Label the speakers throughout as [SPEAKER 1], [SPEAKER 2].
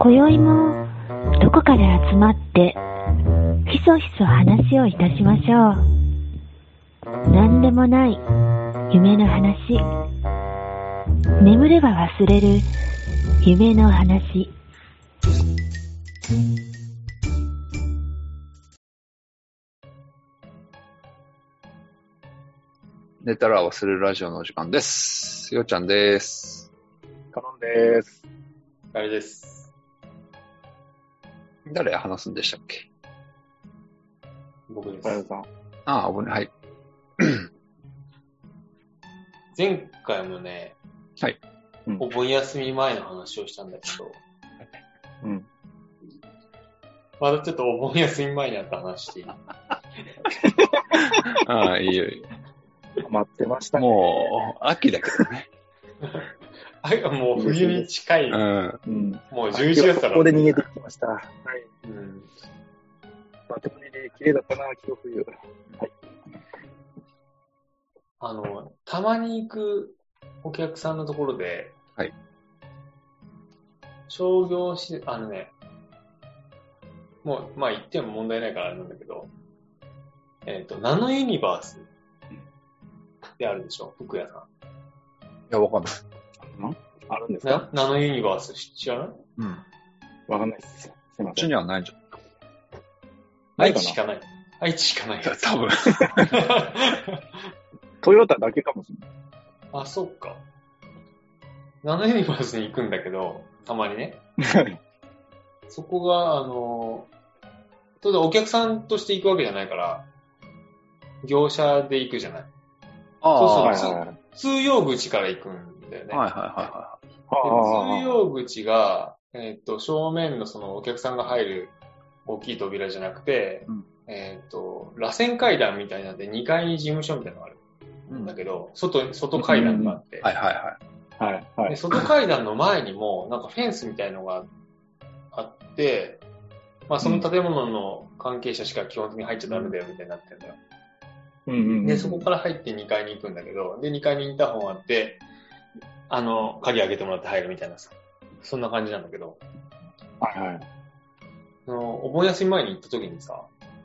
[SPEAKER 1] 今宵もどこかで集まってひそひそ話をいたしましょう何でもない夢の話眠れば忘れる夢の話
[SPEAKER 2] 寝たら忘れるラジオのお時間です。ようちゃんです。
[SPEAKER 3] カノンです。
[SPEAKER 4] あれです。
[SPEAKER 2] 誰話すんでしたっけ
[SPEAKER 4] 僕です。
[SPEAKER 3] 小籔さん。
[SPEAKER 2] ああ、危ない。はい。
[SPEAKER 4] 前回もね、
[SPEAKER 2] はい
[SPEAKER 3] うん
[SPEAKER 4] お盆休み前の話をしたんだけど、
[SPEAKER 3] うん。
[SPEAKER 4] まだちょっとお盆休み前にあった話していい
[SPEAKER 2] ああ、いいよいいよ。
[SPEAKER 3] 待ってましたね。
[SPEAKER 2] もう、秋だけどね。
[SPEAKER 4] あもう冬に近い、
[SPEAKER 2] うん。
[SPEAKER 3] うん。
[SPEAKER 4] もう11月だ
[SPEAKER 3] こ
[SPEAKER 4] から。
[SPEAKER 3] こで逃げてきました。はい。
[SPEAKER 4] うん。
[SPEAKER 3] まともにね、綺麗だったな、今日冬。
[SPEAKER 4] あの、たまに行くお客さんのところで、
[SPEAKER 2] はい。
[SPEAKER 4] 商業し、あのね、もう、まあ言っても問題ないからあれなんだけど、えっ、と、ナノユニバースってあるでしょ服屋さん。
[SPEAKER 2] いや、わかんない。
[SPEAKER 3] あるんですか
[SPEAKER 4] なナノユニバース知らない
[SPEAKER 2] うん。こ
[SPEAKER 3] わかんないです。すいま
[SPEAKER 2] っ
[SPEAKER 3] せ
[SPEAKER 2] ち
[SPEAKER 3] ん
[SPEAKER 2] に。はないんじゃ
[SPEAKER 3] ない
[SPEAKER 4] 愛
[SPEAKER 3] かな
[SPEAKER 4] 知しかない。愛知しかない
[SPEAKER 2] ん。た
[SPEAKER 4] やつ。
[SPEAKER 2] 多分
[SPEAKER 3] トヨタだけかもしれない。
[SPEAKER 4] あ、そっか。ナノユニバースに行くんだけど、たまにね。そこが、あの、当然お客さんとして行くわけじゃないから、業者で行くじゃない。
[SPEAKER 2] ああ、
[SPEAKER 4] そ
[SPEAKER 2] は
[SPEAKER 4] う
[SPEAKER 2] い
[SPEAKER 4] そ
[SPEAKER 3] はいはいはい
[SPEAKER 4] 通用口から行くんだよね。
[SPEAKER 2] はいは
[SPEAKER 4] で通
[SPEAKER 3] ああ。
[SPEAKER 4] 用口が、えっ、と、正面のそのお客さんが入る大きい扉じゃなくて、
[SPEAKER 2] うん
[SPEAKER 4] えっ、と、螺旋階段みたいなんで2階に事務所みたいなのがある
[SPEAKER 2] いはい。うんん
[SPEAKER 4] だけど、外、外階段があって、
[SPEAKER 2] はいはいはい。
[SPEAKER 3] はい、は
[SPEAKER 4] で
[SPEAKER 3] い。
[SPEAKER 4] 外階段の前にも、なんかフェンスみたいのがあって、まあその建物の関係者しか基本的に入っちゃダメだよみたいになってるんだよ。
[SPEAKER 3] うんうんうん
[SPEAKER 4] で、そこから入って2階に行くんだけど、で、2階にインターホンあって、あの、鍵開けてもらって入るみたいなさ、そんな感じなんだけど、
[SPEAKER 3] はい、はい。
[SPEAKER 4] そのお盆休み前に行った時にさ、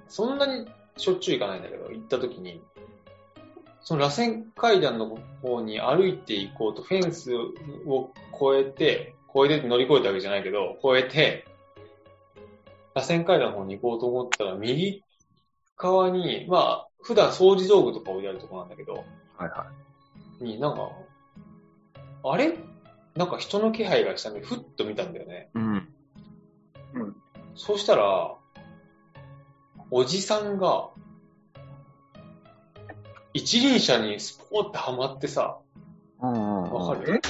[SPEAKER 4] そんなにしょっちゅう行かないんだけど、行った時に、その螺旋階段の方に歩いて行こうと、フェンスを越えて、越えてって乗り越えたわけじゃないけど、越えて、螺旋階段の方に行こうと思ったら、右側に、まあ、普段掃除道具とか置いてあるとこなんだけど、
[SPEAKER 2] はいはい。
[SPEAKER 4] になんか、あれなんか人の気配がしたんで、ふっと見たんだよね。
[SPEAKER 2] うん。
[SPEAKER 4] そうしたら、おじさんが、一輪車にスポーってはまってさ、
[SPEAKER 2] うんうん。
[SPEAKER 4] わか
[SPEAKER 2] る
[SPEAKER 4] る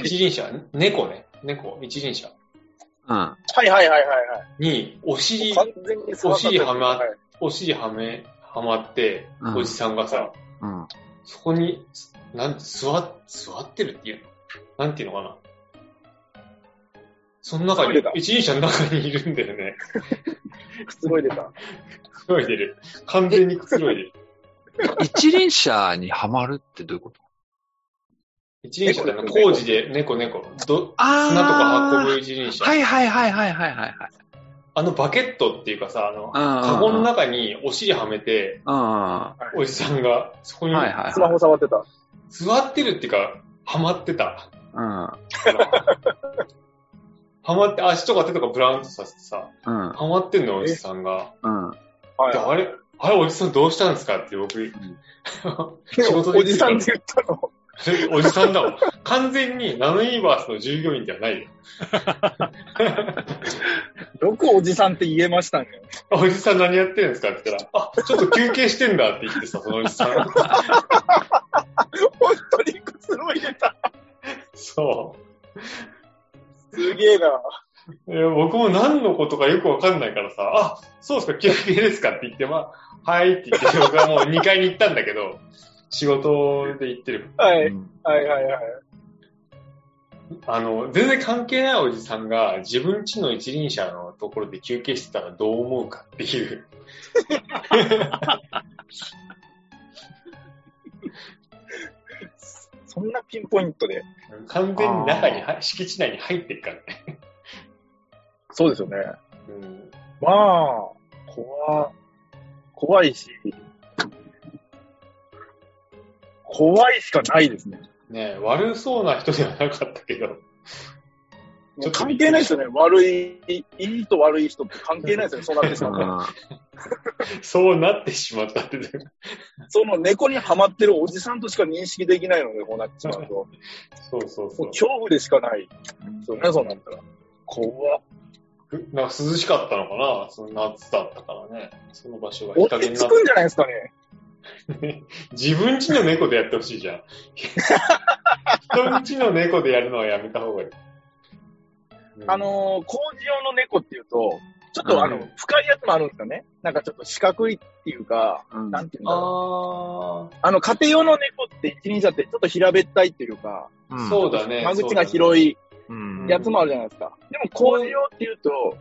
[SPEAKER 4] 一輪車、猫ね、猫、一輪車
[SPEAKER 2] うん。
[SPEAKER 3] はい、はい、はい、は
[SPEAKER 4] に、お尻
[SPEAKER 3] い。、完全に
[SPEAKER 4] お尻はま
[SPEAKER 3] はい
[SPEAKER 4] お尻はめ、はまって
[SPEAKER 2] う、ん
[SPEAKER 4] おじさんがさ、
[SPEAKER 2] うん。
[SPEAKER 4] そこに、なん座っ、座ってるっていうのなんていうのかな。その中
[SPEAKER 3] トイレ
[SPEAKER 4] に
[SPEAKER 3] だ、
[SPEAKER 4] 一輪車の中にいるんだよね。
[SPEAKER 3] くつろいでた。
[SPEAKER 4] くつろいでる。完全にくつろいでる。
[SPEAKER 2] 一輪車にはまるってどういうこと
[SPEAKER 4] 一輪車ってあの工事で、猫猫、ど
[SPEAKER 2] あ
[SPEAKER 4] 砂とか運ぶ一輪車。
[SPEAKER 2] はいはいはいはいはいはいはい。
[SPEAKER 4] あのバケットっていうかさ、あの、
[SPEAKER 2] カ
[SPEAKER 4] カゴの中にお尻はめて、
[SPEAKER 2] うんうんうん。
[SPEAKER 4] おじさんが、そこに
[SPEAKER 2] はいはい
[SPEAKER 3] スマホ触ってた。
[SPEAKER 4] 座ってるっていうか、はまって た。
[SPEAKER 2] は
[SPEAKER 4] はまって、足とか手とかブラウンとさせてさ、
[SPEAKER 2] い。うん。うん。
[SPEAKER 4] はまってんのおじさんが。
[SPEAKER 2] うん。
[SPEAKER 3] はい
[SPEAKER 4] であれあれおじさんどうしたんですかって僕、 仕事で
[SPEAKER 3] おじさんって言ったの。
[SPEAKER 4] それおじさんだもん。完全にナノユニバースの従業員ではないよ。
[SPEAKER 3] よくおじさんって言えましたね。
[SPEAKER 4] おじさん何やってるんですかって言ったら、あ、ちょっと休憩してんだって言ってさ、そのおじさん。
[SPEAKER 3] 本当にくつろいでた。
[SPEAKER 4] そ
[SPEAKER 3] すげえな。
[SPEAKER 4] う。いや僕も何のことかよくわかんないからさ、あ、そうですか、休憩ですかって言って、まあ、はいって言って、僕はもう2階に行ったんだけど、仕事で行ってる。
[SPEAKER 3] はい。
[SPEAKER 2] うん
[SPEAKER 3] はいはいはい。
[SPEAKER 4] あの、全然関係ないおじさんが自分家の一輪車のところで休憩してたらどう思うかっていう。
[SPEAKER 3] そんなピンポイントで。
[SPEAKER 4] 完全に中には、敷地内に入ってるからね。
[SPEAKER 3] そうですよね。
[SPEAKER 4] うん。
[SPEAKER 3] まあ、怖、怖いし、怖いしかないですね。
[SPEAKER 4] ねえ悪そうな人ではなかったけど。ちょっと
[SPEAKER 3] 関係ないですよね。悪い、いいと悪い人って関係ないですよね。そうなってしまうから。
[SPEAKER 4] そうなってしまったってね。
[SPEAKER 3] その猫にはまってるおじさんとしか認識できないので、こうなっちまうと。
[SPEAKER 4] そうそう
[SPEAKER 3] も
[SPEAKER 4] そうう。
[SPEAKER 3] 恐怖でしかない。そうね、そうなったら。怖っ
[SPEAKER 4] ふなんか涼しかったのかなその夏だったからね。その場所が日
[SPEAKER 3] 落
[SPEAKER 4] 陰
[SPEAKER 3] ち
[SPEAKER 4] にな
[SPEAKER 3] 着
[SPEAKER 4] っ
[SPEAKER 3] くんじゃないですかね。
[SPEAKER 4] て。自分家の猫でやってほしいじゃん。 人ん家の猫でやるのはやめた方がいい。うん
[SPEAKER 3] あ、のー工事用の猫っていうと、ちょっとあの、
[SPEAKER 4] うん
[SPEAKER 3] 深いやつもあるんですよね。なんかちょっと四角いっていうか、
[SPEAKER 2] うん
[SPEAKER 3] なんていうんだろう。
[SPEAKER 4] あ
[SPEAKER 3] あの、家庭用の猫って一輪車ってちょっと平べったいっていうか、
[SPEAKER 4] あ、そうだね。
[SPEAKER 3] 間口が広い
[SPEAKER 2] うん。
[SPEAKER 3] やつもあるじゃないですか。でも工事用っていうと、
[SPEAKER 4] そう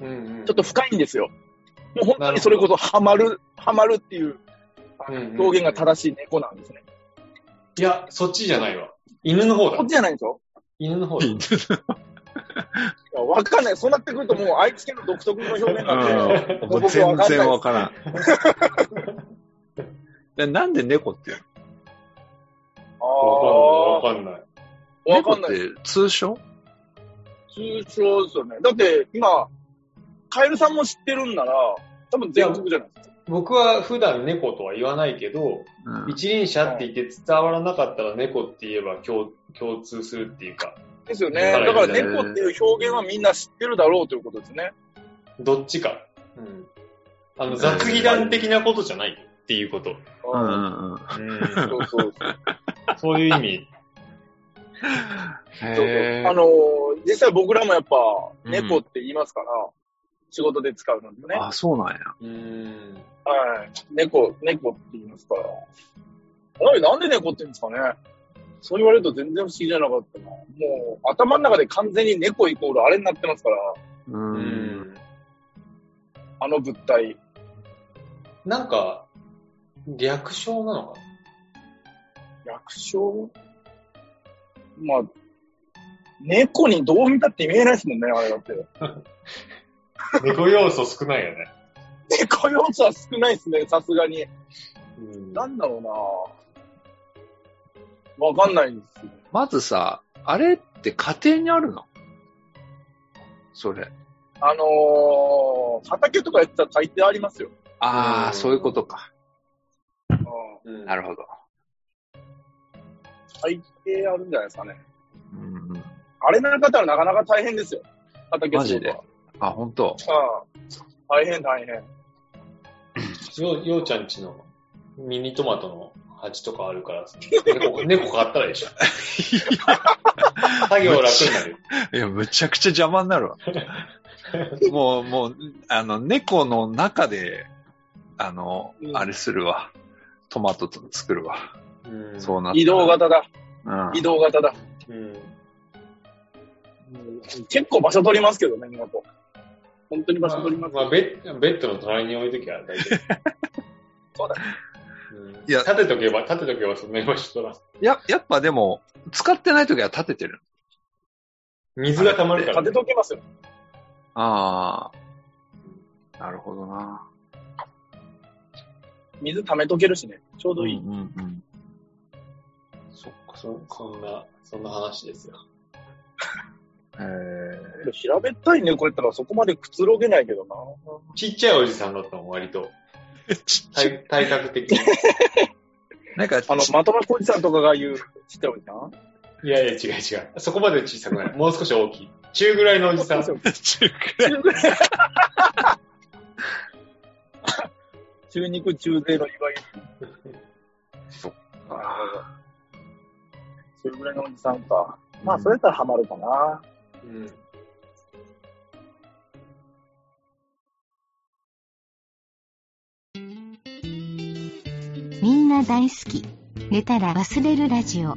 [SPEAKER 4] だね。うんうん、
[SPEAKER 3] ちょっと深いんですよ。もう本当にそれこそハマる、ハマるっていうあ
[SPEAKER 4] うんうん
[SPEAKER 3] の表現が正しい猫なんですね。
[SPEAKER 4] いや、そっちじゃないわ。犬の方だ
[SPEAKER 3] こっ。ちじゃないんですよ。
[SPEAKER 4] 犬の方だ。
[SPEAKER 3] いやわかんない。そうなってくるともう愛知県の独特の表現なんで。
[SPEAKER 2] うんもう全然わからん。 でなんで猫っていう
[SPEAKER 3] あ
[SPEAKER 4] わ
[SPEAKER 3] あ、
[SPEAKER 4] かんない。わかんな
[SPEAKER 2] の
[SPEAKER 3] わか
[SPEAKER 4] い。
[SPEAKER 3] んない。
[SPEAKER 2] 猫って通称
[SPEAKER 3] 通称ですよね。だって、今、カエルさんも知ってるんなら、多分全国じゃないですか。
[SPEAKER 4] 僕は普段猫とは言わないけど、
[SPEAKER 2] うん
[SPEAKER 4] 一輪車って言って伝わらなかったら猫って言えば共共通するっていうか、
[SPEAKER 3] ですよね。
[SPEAKER 2] はい
[SPEAKER 3] だから猫っていう表現はみんな知ってるだろうということですね。
[SPEAKER 4] どっちか。うん。あの、雑技団的なことじゃないっていうこと。
[SPEAKER 2] うんう
[SPEAKER 3] う
[SPEAKER 2] ん
[SPEAKER 3] ん
[SPEAKER 2] うん。
[SPEAKER 4] うん。
[SPEAKER 3] そうそうそう。
[SPEAKER 4] そういう意味。
[SPEAKER 3] そうそう
[SPEAKER 2] へ
[SPEAKER 3] あ
[SPEAKER 2] ー
[SPEAKER 3] のー実際僕らもやっぱ、
[SPEAKER 2] うん
[SPEAKER 3] 猫って言いますから、仕事で使うのでね。
[SPEAKER 2] あ、そうなんや。
[SPEAKER 4] うん。
[SPEAKER 3] はい。猫、猫って言いますから。あれ、なんで猫って言うんですかね。そう言われると全然不思議じゃなかったな。もう、頭の中で完全に猫イコールあれになってますから、
[SPEAKER 2] う。
[SPEAKER 4] うんん。
[SPEAKER 3] あの物体。
[SPEAKER 4] なんか、略称なのか
[SPEAKER 3] 略称まあ、猫にどう見たって見えないですもんね、あれだって。
[SPEAKER 4] な猫要素少ないよね。
[SPEAKER 3] 猫要素は少ないですね、さすがに。
[SPEAKER 4] うん
[SPEAKER 3] なんだろうなわかんないですよ。
[SPEAKER 2] まずさ、あれって家庭にあるのそれ。
[SPEAKER 3] あのー、畑とかやってたら大抵ありますよ。
[SPEAKER 2] あ
[SPEAKER 4] う
[SPEAKER 2] あ、
[SPEAKER 4] ん
[SPEAKER 2] そういうことか。
[SPEAKER 3] うん、
[SPEAKER 4] うん
[SPEAKER 2] なるほど。
[SPEAKER 3] 大抵あるんじゃないですかね。
[SPEAKER 2] うんうん
[SPEAKER 3] あれなかったらなかなか大変ですよ。畑
[SPEAKER 2] マジで
[SPEAKER 3] 仕事
[SPEAKER 2] あ、本当。
[SPEAKER 3] はうん大変大変。
[SPEAKER 4] ようようちゃんちのミニトマトの鉢とかあるから、猫猫買ったらい いじゃん。作業楽になる。
[SPEAKER 2] いや、むちゃくちゃ邪魔になるわ。 もう、もう、あの、猫の中で、あの、
[SPEAKER 3] うん
[SPEAKER 2] あれするわ。トマトと作るわ。
[SPEAKER 4] うん
[SPEAKER 2] そうなったら
[SPEAKER 3] 移動。型だ。
[SPEAKER 2] うん
[SPEAKER 3] 移動型だ。
[SPEAKER 4] うん。
[SPEAKER 3] 結構場所取りますけどね、猫。本当に場所取り
[SPEAKER 4] ま
[SPEAKER 3] ま
[SPEAKER 4] あ
[SPEAKER 3] す。
[SPEAKER 4] まあベッ、ベッドの隣に置いときゃ大丈
[SPEAKER 3] そうだね。
[SPEAKER 4] 夫。うん、
[SPEAKER 2] いや
[SPEAKER 4] 立てとけば、立てとけばそんなに場所取らん
[SPEAKER 2] や、やっぱでも、使ってない時は立ててる。
[SPEAKER 4] 水が溜まるから
[SPEAKER 3] 立てとけますよ。
[SPEAKER 2] ああ。なるほどな。
[SPEAKER 3] 水溜めとけるしね。ちょうどいい。
[SPEAKER 2] うんうんうん。
[SPEAKER 4] そっか、そそんな、そんな話ですよ。
[SPEAKER 2] えー
[SPEAKER 3] 平べったい猫やったらそこまでくつろげないけどな。
[SPEAKER 4] ちっちゃいおじさんだったの、割と。
[SPEAKER 2] ちっちゃい
[SPEAKER 4] 体体格的に。
[SPEAKER 2] なんか、
[SPEAKER 3] あの、まとまこじさんとかが言う、ちっちゃいおじさん
[SPEAKER 4] いやいや、違う違う。そこまで小さくない。もう少し大きい。中ぐらいのおじさん。
[SPEAKER 2] 中くらい。
[SPEAKER 3] 中ぐらい中肉中背のいわゆる。それぐらいのおじさんか。まあ、それやったらハマるかな。
[SPEAKER 4] うん。
[SPEAKER 5] みんな大好き。寝たら忘れるラジオ。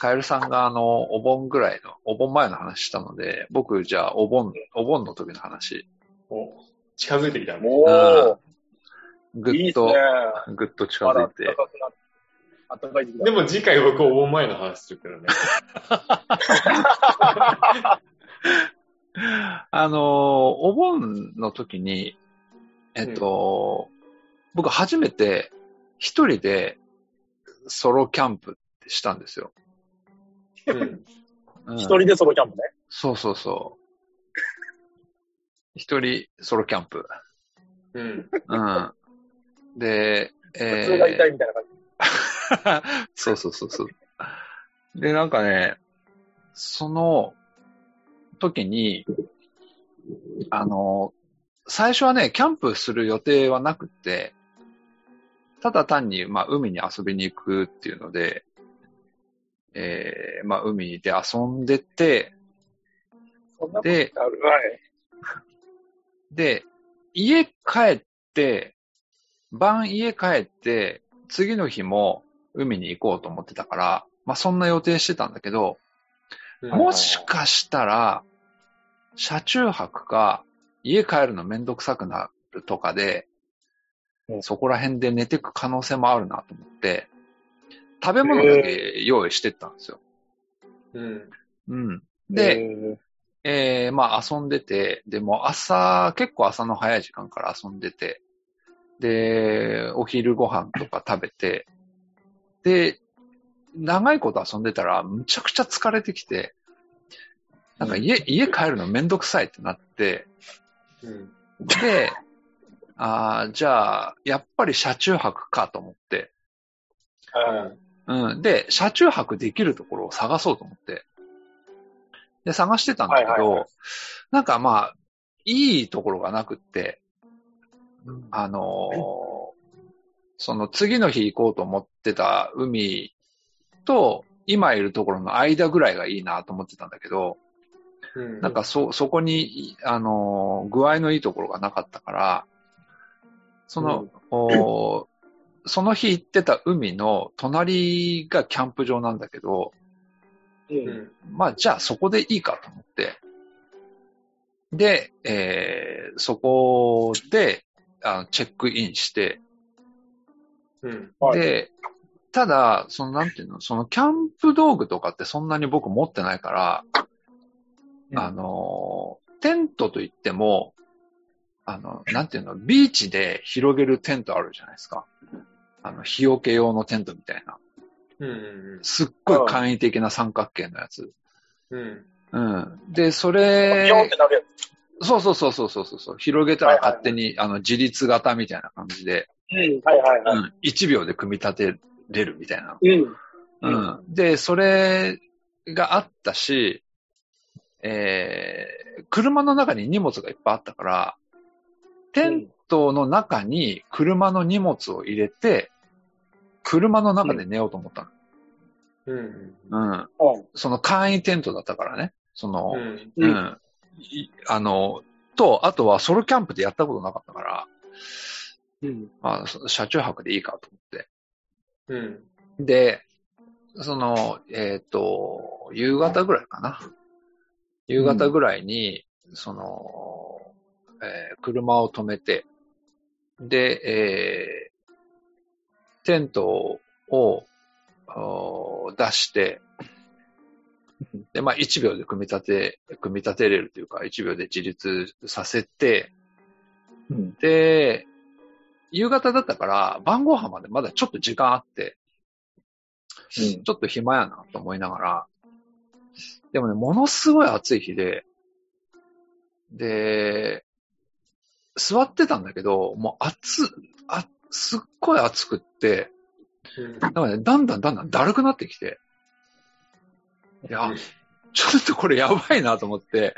[SPEAKER 2] カエルさんがあの、お盆ぐらいの、お盆前の話したので、僕、じゃあ、お盆、お盆の時の話、
[SPEAKER 4] お、近づいてきた。
[SPEAKER 3] も
[SPEAKER 2] あ
[SPEAKER 3] う、
[SPEAKER 2] ぐ
[SPEAKER 3] いい
[SPEAKER 2] っ
[SPEAKER 3] っすね
[SPEAKER 2] と、。ぐっと近
[SPEAKER 3] まだ
[SPEAKER 2] づいて、
[SPEAKER 3] 暖かくなっあったかい時期だ
[SPEAKER 4] でも次回僕、お盆前の話するけどね。
[SPEAKER 2] あの、お盆の時に、えっと、僕初めて一人でソロキャンプってしたんですよ。
[SPEAKER 4] うん。
[SPEAKER 2] うん
[SPEAKER 3] 一人でソロキャンプね。
[SPEAKER 2] そうそうそう。一人ソロキャンプ。
[SPEAKER 4] うん。
[SPEAKER 2] うん。で、え
[SPEAKER 3] 普
[SPEAKER 2] ー
[SPEAKER 3] 通が痛いみたいな感じ。
[SPEAKER 2] そうそうそうそう。で、なんかね、その時に、あの、最初はね、キャンプする予定はなくって、ただ単に、まあ、海に遊びに行くっていうので、えー、まあ、海で遊んでて、
[SPEAKER 3] そんなこと
[SPEAKER 2] で、
[SPEAKER 3] ある。はい。
[SPEAKER 2] で、家帰って、晩家帰って、次の日も海に行こうと思ってたから、まあそんな予定してたんだけど、もしかしたら、車中泊か、家帰るのめんどくさくなるとかで、
[SPEAKER 3] うん
[SPEAKER 2] そこら辺で寝てく可能性もあるなと思って、食べ物だけ用意してったんですよ。
[SPEAKER 4] うん。
[SPEAKER 2] うん。で、
[SPEAKER 3] うん
[SPEAKER 2] ええまあ遊んでて、でもう朝、結構朝の早い時間から遊んでて、で、お昼ご飯とか食べて、で、長いこと遊んでたら、むちゃくちゃ疲れてきて、なんか家、家帰るのめんどくさいってなって、
[SPEAKER 4] うん。
[SPEAKER 2] で、あーじゃあ、やっぱり車中泊かと思って、
[SPEAKER 3] はい
[SPEAKER 2] うん。で、車中泊できるところを探そうと思って。で、探してたんだけど、
[SPEAKER 3] はいはいはい
[SPEAKER 2] なんかまあ、いいところがなくって、あのーその次の日行こうと思ってた海と、今いるところの間ぐらいがいいなと思ってたんだけど、
[SPEAKER 4] うん。
[SPEAKER 2] なんかそ、そこに、いあのー具合のいいところがなかったから、その、おーその日行ってた海の隣がキャンプ場なんだけど、
[SPEAKER 3] うん
[SPEAKER 4] うん。
[SPEAKER 2] まあじゃあそこでいいかと思って。で、えーそこであのチェックインして、
[SPEAKER 4] うん。
[SPEAKER 3] はい
[SPEAKER 2] で、ただ、そのなんていうの、そのキャンプ道具とかってそんなに僕持ってないから、
[SPEAKER 3] うん
[SPEAKER 2] あのー、テントといっても、あの、なんていうの、ビーチで広げるテントあるじゃないですか。あの、日よけ用のテントみたいな。
[SPEAKER 4] うん。
[SPEAKER 2] すっごい簡易的な三角形のやつ。
[SPEAKER 4] うん。
[SPEAKER 2] うん。で、そ
[SPEAKER 3] ビヨンっ
[SPEAKER 2] れ
[SPEAKER 3] て、なるや
[SPEAKER 2] そうそうそうそうそうそう、広げたら勝手に、あの、自立型みたいな感じで、
[SPEAKER 3] つ。うん。はいはいうは
[SPEAKER 2] ん、1秒で組み立てれるみたいな。
[SPEAKER 3] い。うん。
[SPEAKER 2] うん。で、それがあったし、えー、車の中に荷物がいっぱいあったから、テントの中に車の荷物を入れて、車の中で寝ようと思った
[SPEAKER 4] うん。
[SPEAKER 2] の。うん。その簡易テントだったからね。その、
[SPEAKER 4] うん。
[SPEAKER 2] う
[SPEAKER 3] うん
[SPEAKER 2] ん。いあの、と、あとはソロキャンプでやったことなかったから、
[SPEAKER 3] うん。
[SPEAKER 2] まあ、そ車中泊でいいかと思って。
[SPEAKER 4] うん。
[SPEAKER 2] で、その、えっ、と、夕方ぐらいかな。夕方ぐらいに、その、えー車を止めて、で、えーテントをおー出して、で、まあ、1秒で組み立て、組み立てれるというか、1秒で自立させて、
[SPEAKER 3] うん
[SPEAKER 2] で、夕方だったから、晩ご飯までまだちょっと時間あって、
[SPEAKER 3] うん
[SPEAKER 2] ちょっと暇やなと思いながら、でもね、ものすごい暑い日で、で、座ってたんだけど、もう暑、あ、すっごい暑くって、だからね、だんだんだんだんだるくなってきて、いや
[SPEAKER 4] うん、
[SPEAKER 2] ちょっとこれやばいなと思って、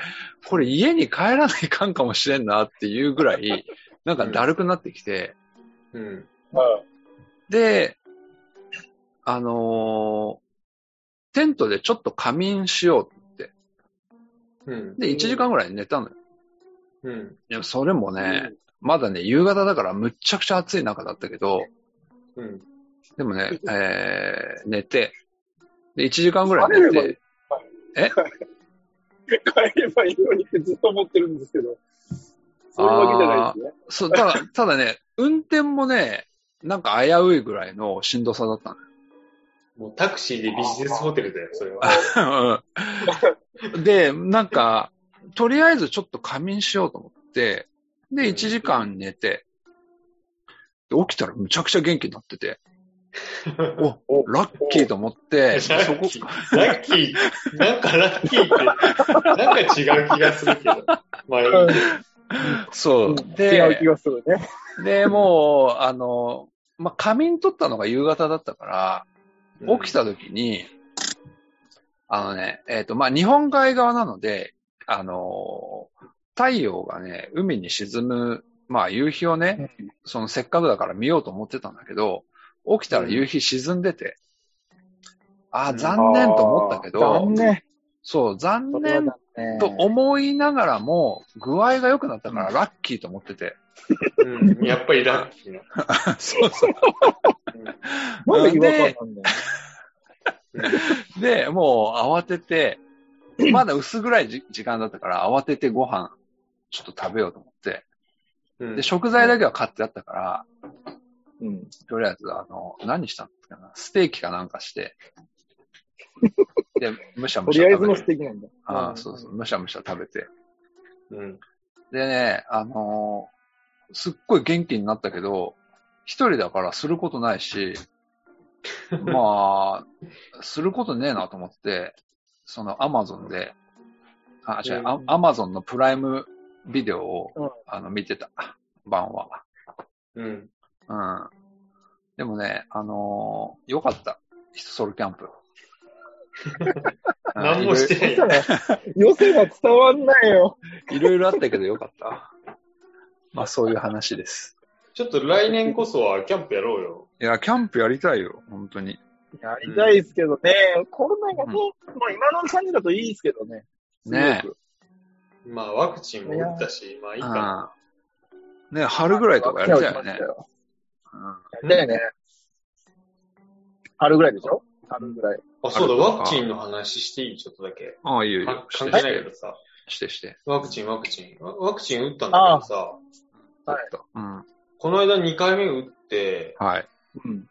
[SPEAKER 2] これ家に帰らないかんかもしれんなっていうぐらい、なんかだるくなってきて、
[SPEAKER 4] うん。
[SPEAKER 3] は
[SPEAKER 2] で、あのーテントでちょっと仮眠しようって。
[SPEAKER 4] うん。
[SPEAKER 2] で、1時間ぐらい寝たのよ。
[SPEAKER 4] うん。
[SPEAKER 2] でもそれもね、まだね、夕方だからむっちゃくちゃ暑い中だったけど、
[SPEAKER 4] うん。
[SPEAKER 2] でもね、えー、寝て、で、1時間ぐらい
[SPEAKER 3] 晴れ
[SPEAKER 2] 寝
[SPEAKER 3] ればいい
[SPEAKER 2] て、
[SPEAKER 3] い。帰ればいいようにってずっと思ってるんですけど。そういうわけじゃないですね。
[SPEAKER 2] そう、ただ、ただね、運転もね、なんか危ういぐらいのしんどさだったのよ。
[SPEAKER 4] もうタクシーでビジネスホテルだよ、それは。
[SPEAKER 2] うんで、なんか、とりあえずちょっと仮眠しようと思って、で、1時間寝て、で起きたらむちゃくちゃ元気になってて、お、ラッキーと思って、そ
[SPEAKER 4] ラッ
[SPEAKER 2] こ
[SPEAKER 4] キ、ー、ラッキー、なんかラッキーって、なんか違う気がするけど。まあいい、
[SPEAKER 2] そう。
[SPEAKER 3] 違う気
[SPEAKER 2] で、
[SPEAKER 3] がするね。
[SPEAKER 2] で、もう、あの、まあ、仮眠取ったのが夕方だったから、起き
[SPEAKER 4] た。
[SPEAKER 2] た時に、あのね、えっ、と、まあ、日本海側なので、あのー太陽がね、海に沈む、まあ、夕日をね、そのせっかくだから見ようと思ってたんだけど、起きたら夕日沈んでて、ああ、
[SPEAKER 4] うん
[SPEAKER 2] 残念と思ったけど
[SPEAKER 3] 残、念。
[SPEAKER 2] そう、残
[SPEAKER 3] それは
[SPEAKER 2] 念
[SPEAKER 3] 残念
[SPEAKER 2] と思いながらも、具合が良くなったからラッキーと思ってて。
[SPEAKER 4] うん、やっぱりラッキーな。
[SPEAKER 2] そうそう。
[SPEAKER 3] なんで違和感なんだよ。
[SPEAKER 2] で、もう慌てて、まだ薄暗いじ時間だったから慌ててご飯ちょっと食べようと思って。
[SPEAKER 4] うん
[SPEAKER 2] で、食材だけは買ってあったから、
[SPEAKER 3] うん。
[SPEAKER 2] とりあえず、あの、何したんですかなステーキかなんかして。で、むしゃ
[SPEAKER 3] と
[SPEAKER 2] むし
[SPEAKER 3] り
[SPEAKER 2] ゃ
[SPEAKER 3] あえず
[SPEAKER 2] 食べ
[SPEAKER 3] の
[SPEAKER 2] て
[SPEAKER 3] 素。敵なんだ。
[SPEAKER 2] ああ、そうそう、むしゃむしゃ食べて。
[SPEAKER 4] うん。
[SPEAKER 2] でね、あのーすっごい元気になったけど、一人だからすることない し、まあ、することねえなと思って、そのアマゾンで、あ、違う、
[SPEAKER 4] うん
[SPEAKER 2] アマゾンのプライムビデオを、
[SPEAKER 3] うん
[SPEAKER 2] あの見てた、晩は。
[SPEAKER 4] うん。
[SPEAKER 2] うん。でもね、あのーよかった。ヒソルキャンプ。 うん
[SPEAKER 4] 何もしてない
[SPEAKER 3] そ。したら、良せが伝わんないよ。
[SPEAKER 2] いろいろいろいろあったけどよかった。まあそういう話です。
[SPEAKER 4] ちょっと来年こそはキャンプやろうよ。
[SPEAKER 2] いや、キャンプやりたいよ、本当に。
[SPEAKER 3] やりたいですけどね。コロナがね、まあ今の感じだといいですけどね。
[SPEAKER 2] ねえ
[SPEAKER 3] すごく
[SPEAKER 4] まあワクチンも打ったし、まあいいか。
[SPEAKER 2] うんね春ぐらいとかやりたいよね。
[SPEAKER 3] やりたいね。春ぐらいでしょ春ぐらい。
[SPEAKER 4] あ、そうだ、ワクチンの話していいちょっとだけ。
[SPEAKER 2] ああ、いいよいい
[SPEAKER 4] か
[SPEAKER 2] よ。し
[SPEAKER 4] 関
[SPEAKER 2] て
[SPEAKER 4] 係
[SPEAKER 2] し
[SPEAKER 4] ないけ
[SPEAKER 2] て
[SPEAKER 4] どさ。
[SPEAKER 2] してして。
[SPEAKER 4] ワクチン、ワクチン。ワワクチン打ったんだけどさ、
[SPEAKER 3] はい
[SPEAKER 2] ちょっとうん。
[SPEAKER 4] この間2回目打って、
[SPEAKER 2] はい。
[SPEAKER 3] うん。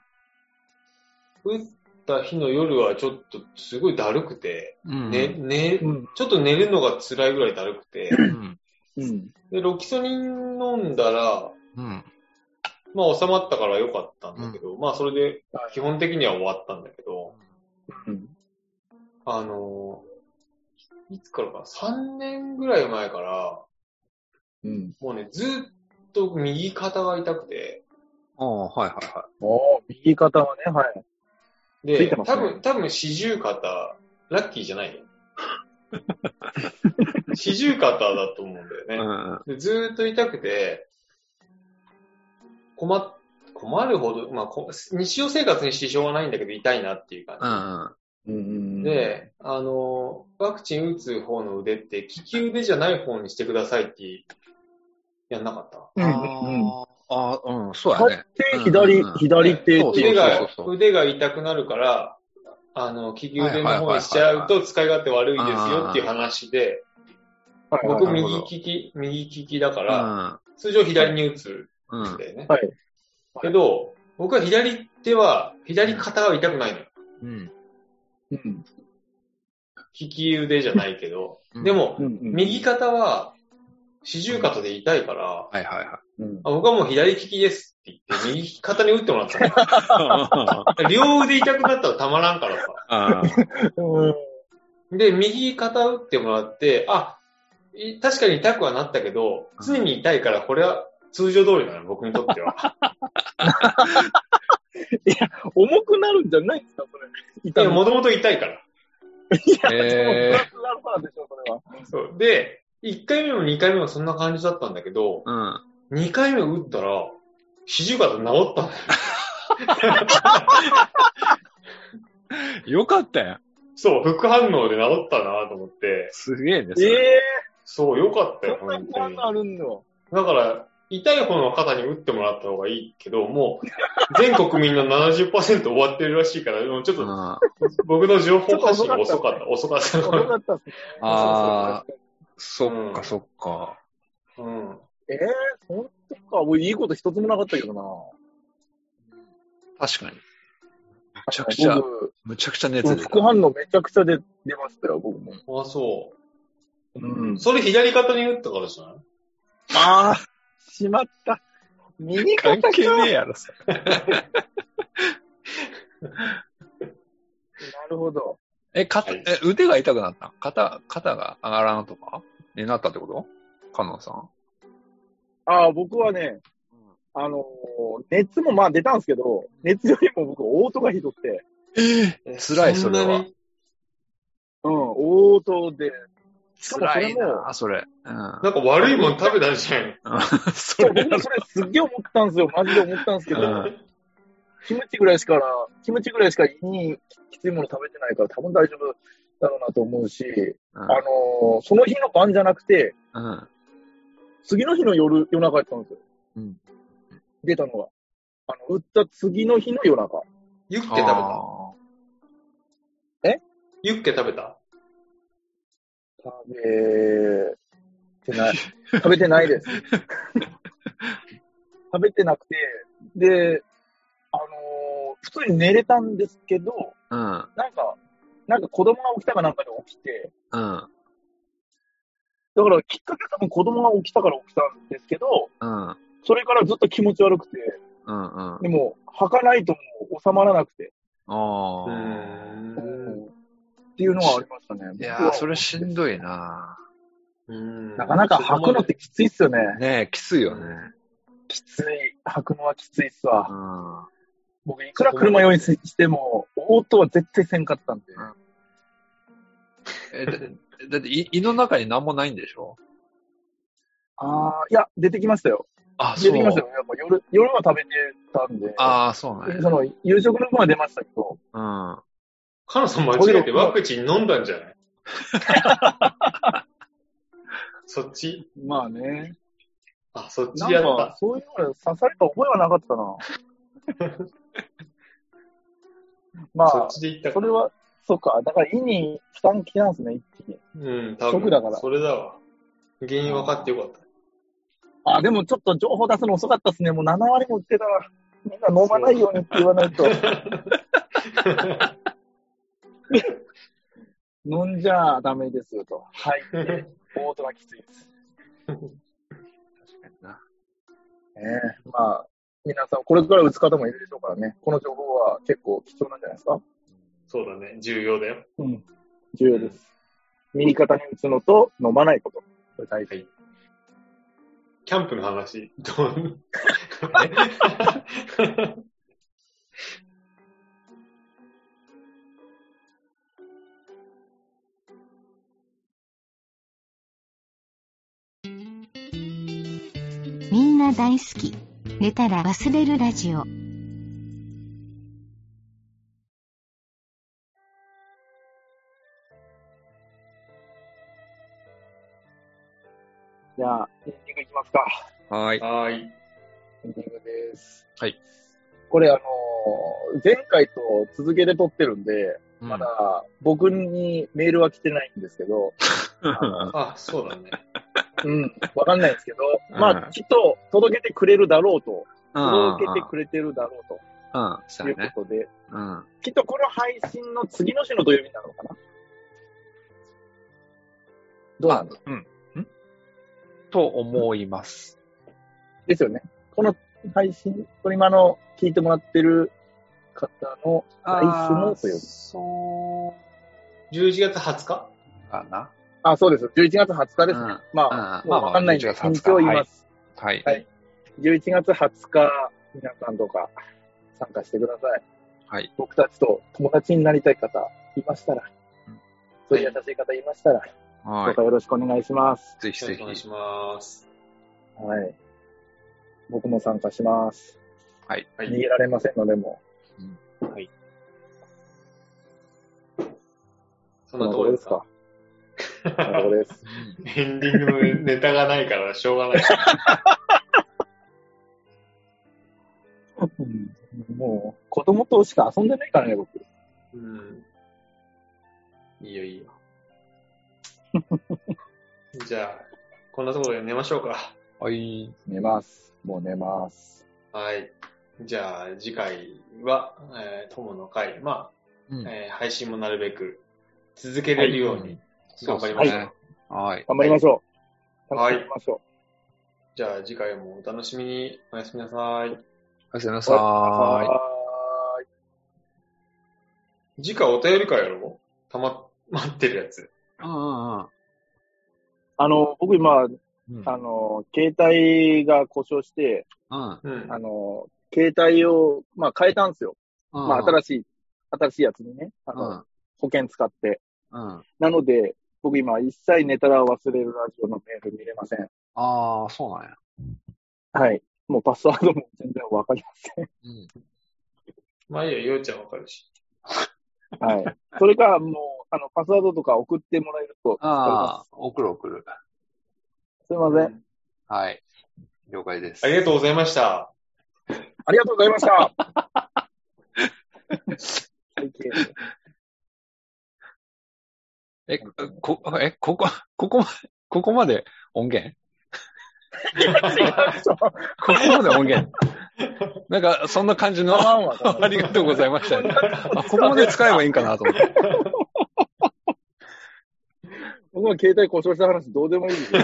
[SPEAKER 4] 打った日の夜はちょっとすごいだるくて、
[SPEAKER 2] うん
[SPEAKER 4] ね、ね
[SPEAKER 3] う、ん。
[SPEAKER 4] ちょっと寝るのが辛いぐらいだるくて、
[SPEAKER 2] うん。
[SPEAKER 3] うん。
[SPEAKER 4] で、ロキソニン飲んだら、
[SPEAKER 2] うん。
[SPEAKER 4] まあ収まったから良かったんだけど、まあそれで基本的には終わったんだけど、
[SPEAKER 3] うん。
[SPEAKER 4] あの、いつからか、3年ぐらい前から、
[SPEAKER 3] うん。
[SPEAKER 4] もうね、ずっと右肩が痛くて、
[SPEAKER 2] ああ、はいはいは
[SPEAKER 3] おー右肩はね、はい。つ
[SPEAKER 4] で、
[SPEAKER 3] いてます
[SPEAKER 4] 多
[SPEAKER 3] ね
[SPEAKER 4] 分、多分四十肩、ラッキーじゃ ないよ。四十肩だと思うんだ
[SPEAKER 2] い。
[SPEAKER 4] よね。
[SPEAKER 2] ん。
[SPEAKER 4] でずーっと痛くて、困っ、困るほど、まあ、こ日常生活に支障はないんだけど痛いなっていう
[SPEAKER 2] う
[SPEAKER 4] 感
[SPEAKER 2] ん。
[SPEAKER 3] うんうん
[SPEAKER 4] じ。、で、あの、ワクチン打つ方の腕って、利き腕じゃない方にしてくださいって、やんなかった
[SPEAKER 3] うんうん。うん。
[SPEAKER 2] ああ、うん、そうやね。
[SPEAKER 3] 手、左
[SPEAKER 2] うんうん、
[SPEAKER 3] 左手
[SPEAKER 2] そう
[SPEAKER 3] って
[SPEAKER 2] そう
[SPEAKER 4] 腕
[SPEAKER 3] い
[SPEAKER 2] そう
[SPEAKER 3] う
[SPEAKER 4] が
[SPEAKER 2] そう、そう
[SPEAKER 4] 腕が痛くなるから、あの、利き腕の方にしちゃうと使い勝手悪いですよっていう話で、
[SPEAKER 3] はいはい
[SPEAKER 4] 僕
[SPEAKER 2] なる
[SPEAKER 4] 右
[SPEAKER 2] ほど
[SPEAKER 4] 利き、右利きだか
[SPEAKER 2] う
[SPEAKER 4] ら、
[SPEAKER 2] ん。
[SPEAKER 4] 通常左に打つ
[SPEAKER 2] うんん。
[SPEAKER 4] だよね。
[SPEAKER 3] はい
[SPEAKER 4] けど、僕は左手は、左肩は痛くないのよ。
[SPEAKER 2] うん。
[SPEAKER 3] うん
[SPEAKER 4] 利き腕じゃないけど。
[SPEAKER 2] うん
[SPEAKER 4] でも
[SPEAKER 3] う、んうん
[SPEAKER 4] 右肩は、四十肩で痛いから、
[SPEAKER 2] はいはい
[SPEAKER 3] うん
[SPEAKER 4] あ僕はもう左利きですって言って、右肩に打ってもらったの。
[SPEAKER 2] は
[SPEAKER 4] 両腕痛くなったらたまらんからさ。
[SPEAKER 2] い。
[SPEAKER 3] うん
[SPEAKER 4] で、右肩打ってもらって、あ、い確かに痛くはなったけど、常に痛いから、これは通常通りなの、僕にとっては。
[SPEAKER 3] 重くなるんじゃないんですか、それ。痛
[SPEAKER 4] で
[SPEAKER 3] み
[SPEAKER 4] もともと痛いから。
[SPEAKER 2] え
[SPEAKER 3] プ
[SPEAKER 2] え
[SPEAKER 3] ラスアルファでしょ、 それは。
[SPEAKER 4] そう。で、1回目も2回目もそんな感じだったんだけど、
[SPEAKER 2] うん。
[SPEAKER 4] 2回目打ったら、四十肩治ったのよ。
[SPEAKER 2] よかったやん。
[SPEAKER 4] そう、副反応で治ったなと思って、
[SPEAKER 2] すげえね、そ
[SPEAKER 3] え
[SPEAKER 2] れ。
[SPEAKER 3] え
[SPEAKER 4] そう、よかったよ、
[SPEAKER 3] そんな
[SPEAKER 4] 本
[SPEAKER 3] に
[SPEAKER 4] 当
[SPEAKER 3] 怖
[SPEAKER 4] に。
[SPEAKER 3] あるんだよ。
[SPEAKER 4] だから、痛い方の肩に打ってもらった方がいいけど、もう、全国民の70%終わってるらしいから、もうちょっ
[SPEAKER 2] う
[SPEAKER 4] と
[SPEAKER 2] んあ
[SPEAKER 4] 僕の情報発信が遅かった。遅かった。
[SPEAKER 3] 重かったっすね。
[SPEAKER 2] あ
[SPEAKER 3] そうそう
[SPEAKER 2] そ
[SPEAKER 3] そう
[SPEAKER 2] っかそっか。
[SPEAKER 4] うん。
[SPEAKER 3] ええ本当か。もういいこと一つもなかったけどな。
[SPEAKER 2] 確かに。ちゃくちゃ、
[SPEAKER 3] 僕
[SPEAKER 2] むちゃくちゃ熱出た
[SPEAKER 3] 副。反応めちゃくちゃ出出ましたよ、僕も。
[SPEAKER 4] あ、そうう。
[SPEAKER 3] ん。
[SPEAKER 4] それ左肩に打ったからじゃない
[SPEAKER 3] ああ、しまった。右
[SPEAKER 2] 関
[SPEAKER 3] 肩か。
[SPEAKER 2] 係ねえやろ、それ
[SPEAKER 3] なるほど。
[SPEAKER 2] え、肩、え、腕が痛くなった肩、肩が上がらんとかになったってことカノンさん。
[SPEAKER 3] ああ、僕はね、あのー熱もまあ出たんですけど、熱よりも僕、嘔吐がひどくて、
[SPEAKER 2] ええ辛いそれは
[SPEAKER 4] んなに
[SPEAKER 3] うん、嘔吐で、しかもそ
[SPEAKER 2] 辛
[SPEAKER 3] れ
[SPEAKER 2] い
[SPEAKER 3] も
[SPEAKER 2] な、それ。うん。
[SPEAKER 4] なんか悪いもん食べたんじゃないの
[SPEAKER 2] そ
[SPEAKER 3] そう
[SPEAKER 2] れ
[SPEAKER 3] 僕もそれすっげえ思ったんですよ、マジで思ったんですけど、
[SPEAKER 2] うん
[SPEAKER 3] キムチぐらいしか、キムチぐらいしか胃にきついもの食べてないから、多分大丈夫だろうなと思うし、
[SPEAKER 2] う
[SPEAKER 3] あ
[SPEAKER 2] ん
[SPEAKER 3] のーその日の晩じゃなくて、
[SPEAKER 2] うん。
[SPEAKER 3] 次の日の夜、夜中やったんですよ。
[SPEAKER 2] うん
[SPEAKER 3] 出たのが。あの、打った次の日の夜中。
[SPEAKER 4] ユッケ食べた
[SPEAKER 2] あ
[SPEAKER 4] ユッケ食べた
[SPEAKER 3] 食べて ない。食べてないです。食べてなくて、で、あのー普通に寝れたんですけど、
[SPEAKER 2] ー
[SPEAKER 3] なんか、なんか子供が起きたかなんかで起きて、
[SPEAKER 2] うん。うん。
[SPEAKER 3] だからきっかけは多分子供が起きたから起きたんですけど、
[SPEAKER 2] うん。
[SPEAKER 3] それからずっと気持ち悪くて、
[SPEAKER 2] うん。うん。あ
[SPEAKER 3] でも、吐かないともう収まらなくて、
[SPEAKER 2] あ
[SPEAKER 4] う
[SPEAKER 2] ー。
[SPEAKER 4] ん。
[SPEAKER 3] っていうのはありましたね。
[SPEAKER 2] いや
[SPEAKER 3] 僕
[SPEAKER 2] ー、
[SPEAKER 3] は
[SPEAKER 2] それしんどいな
[SPEAKER 4] うん
[SPEAKER 3] なかなか吐くのってきついっすよね。
[SPEAKER 2] ねえ、きついよね。
[SPEAKER 3] きつい。吐くのはきついっすわ
[SPEAKER 2] う。ん。
[SPEAKER 3] 僕、いくら車用意しても、応答は絶対せんかったんで。
[SPEAKER 2] え、だだって胃、胃の中に何もないんでしょ
[SPEAKER 3] ああ、いや、出てきましたよ。
[SPEAKER 2] あ、
[SPEAKER 3] 出
[SPEAKER 2] そ
[SPEAKER 3] てきました
[SPEAKER 2] う。
[SPEAKER 3] よ。やっぱ夜、夜は食べてたんで。
[SPEAKER 2] ああ、そうなんや。
[SPEAKER 3] その、夕食の分は出ましたけど、
[SPEAKER 2] うん。
[SPEAKER 4] カナさん間違えてワクチン飲んだんじゃない そっち
[SPEAKER 3] まあね。
[SPEAKER 4] あ、そっ
[SPEAKER 3] な
[SPEAKER 4] ちやっ
[SPEAKER 3] んか
[SPEAKER 4] た、。
[SPEAKER 3] そういうのに刺された覚えはなかったな。 ま
[SPEAKER 4] そ
[SPEAKER 3] あ
[SPEAKER 4] っ、ちで行った
[SPEAKER 3] そ
[SPEAKER 4] か。
[SPEAKER 3] れは、そうか。だから、胃に負担きたんですね、一気に。
[SPEAKER 4] うん、多
[SPEAKER 3] ショックだから
[SPEAKER 4] それだわ。原因分かってよかった。
[SPEAKER 3] あ、でもちょっと情報出すの遅かったですね。もう7割も売ってた。みんな飲まないようにって言わない と。飲んじゃダメですよと。はい。オートがきついです。
[SPEAKER 2] な
[SPEAKER 3] ねえまあ、皆さん、これから打つ方もいるでしょうからね。この情報は結構貴重なんじゃないですか
[SPEAKER 4] そうだね、重要だよ。
[SPEAKER 3] うん。重要です。右肩に打つのと飲まないこと。これ大事。
[SPEAKER 4] キャンプの話、どう
[SPEAKER 5] みんな大好き。寝たら忘れるラジオ。
[SPEAKER 3] じゃあ、エンディングいきますか。
[SPEAKER 2] はーい。
[SPEAKER 4] はーい。
[SPEAKER 3] エンディングです。
[SPEAKER 2] はい。
[SPEAKER 3] これ、あのー前回と続けて撮ってるんで、
[SPEAKER 2] ま
[SPEAKER 3] まだ。僕にメールは来てないんです けど、
[SPEAKER 4] あ、そうだね。
[SPEAKER 3] うん、わかんないんですけど、ま
[SPEAKER 2] うん
[SPEAKER 3] あ、きっと届けてくれるだろうと、
[SPEAKER 2] うん。
[SPEAKER 3] 届けてくれてるだろう
[SPEAKER 2] うん。そ
[SPEAKER 3] と
[SPEAKER 2] う
[SPEAKER 3] い
[SPEAKER 2] や
[SPEAKER 3] う
[SPEAKER 2] ね。
[SPEAKER 3] ことで、
[SPEAKER 2] うん。
[SPEAKER 3] きっとこの配信の次の週の土曜日なのかなどうなんだ
[SPEAKER 2] うん。んと思います。
[SPEAKER 3] ですよね。この配信、これ今の聞いてもらってる方の来週の土曜日。
[SPEAKER 4] そう。11月20日
[SPEAKER 2] かな。
[SPEAKER 3] あ、そうです。11月20日
[SPEAKER 2] う
[SPEAKER 3] で
[SPEAKER 2] ん。
[SPEAKER 3] す。
[SPEAKER 2] は
[SPEAKER 3] ま
[SPEAKER 2] あ
[SPEAKER 3] あ、
[SPEAKER 2] あ
[SPEAKER 3] もうわかんないん
[SPEAKER 2] ま
[SPEAKER 3] で、
[SPEAKER 2] あまあ
[SPEAKER 3] 緊張言い
[SPEAKER 2] は
[SPEAKER 3] ま
[SPEAKER 2] い
[SPEAKER 3] す。
[SPEAKER 2] い。
[SPEAKER 3] はい11月20日、皆さんどうか参加してください。
[SPEAKER 2] はい。
[SPEAKER 3] 僕たちと友達になりたい方いましたら
[SPEAKER 2] うん、
[SPEAKER 3] そういう優しい方いましたら、ど
[SPEAKER 2] は
[SPEAKER 3] うかよろしくお願いします。
[SPEAKER 2] い。ぜひ
[SPEAKER 4] よろ
[SPEAKER 2] ぜ
[SPEAKER 4] しくお願い
[SPEAKER 2] ひ。
[SPEAKER 4] します。
[SPEAKER 3] はい。僕も参加します。
[SPEAKER 4] は
[SPEAKER 3] 逃げられませんので、も
[SPEAKER 4] そ
[SPEAKER 3] うん
[SPEAKER 4] な
[SPEAKER 3] のと
[SPEAKER 4] とこ
[SPEAKER 3] こ
[SPEAKER 4] ろ
[SPEAKER 3] ろ
[SPEAKER 4] で
[SPEAKER 3] ですす
[SPEAKER 4] か
[SPEAKER 3] か。。そんなところです。
[SPEAKER 4] エンディングのネタがないから、しょうがない。
[SPEAKER 3] もう、子供としか遊んでないからね、僕。
[SPEAKER 4] うん。いいよ、いいよ。じゃあ、こんなところで寝ましょうか。
[SPEAKER 2] はい。
[SPEAKER 3] 寝ます。もう寝ます。
[SPEAKER 4] はい。じゃあ、次回は、えー友の会、ま
[SPEAKER 2] うん
[SPEAKER 4] あ、えー配信もなるべく続けれるように
[SPEAKER 2] そ
[SPEAKER 4] 頑
[SPEAKER 2] うで
[SPEAKER 4] 張り
[SPEAKER 2] す
[SPEAKER 4] ましょう。
[SPEAKER 2] ね。はい。
[SPEAKER 3] 頑張りましょう。
[SPEAKER 4] はい
[SPEAKER 3] 頑張りましょ
[SPEAKER 4] じゃあ、次回もお楽しみに。おやすみなさい。
[SPEAKER 2] おやすみな
[SPEAKER 3] う。
[SPEAKER 2] さい。
[SPEAKER 3] は
[SPEAKER 4] 次回お便り会やろたま、待ってるやつ。
[SPEAKER 2] うんうん
[SPEAKER 3] あの、僕今、
[SPEAKER 2] うん。
[SPEAKER 3] あの、携帯が故障して、
[SPEAKER 2] うん。
[SPEAKER 4] うん。
[SPEAKER 3] あの、携帯を、まあ変えたんですよ。まあ新しい、新しいやつにね、あの、
[SPEAKER 2] うん。
[SPEAKER 3] 保険使って。
[SPEAKER 2] うん。あ
[SPEAKER 3] なので、僕今一切ネタら忘れるラジオのメール見れません。
[SPEAKER 2] あー、そうなんや。
[SPEAKER 3] はい。もうパスワードも全然わかり
[SPEAKER 2] うん。
[SPEAKER 4] まあいいや、ようちゃんわかるし。
[SPEAKER 3] ません。はい。それか、もう、あの、パスワードとか送ってもらえると助
[SPEAKER 2] あ
[SPEAKER 3] か
[SPEAKER 2] あ、送る送る。
[SPEAKER 3] ります。すいません。
[SPEAKER 2] はい。了解です。
[SPEAKER 4] ありがとうございました。
[SPEAKER 3] ありがとうございました。最低
[SPEAKER 2] え、こ、え、ここ、ここま、ここまで音源 ここまで音源なんか、そんな感じの、ありがとうございました、ね。あ、ここまで使えばいいんかなと思って。
[SPEAKER 3] 僕は携帯故障した話どうでもいいですよ。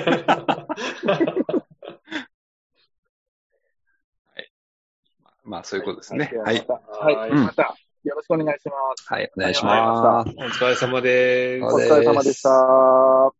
[SPEAKER 2] まあ、そういうことですね。
[SPEAKER 3] は
[SPEAKER 2] はいい。
[SPEAKER 3] はい。
[SPEAKER 2] うん
[SPEAKER 3] また、よろしくお願いします。
[SPEAKER 2] はい、お願いします。
[SPEAKER 4] お疲れ様です
[SPEAKER 2] お
[SPEAKER 3] お疲れ様でした。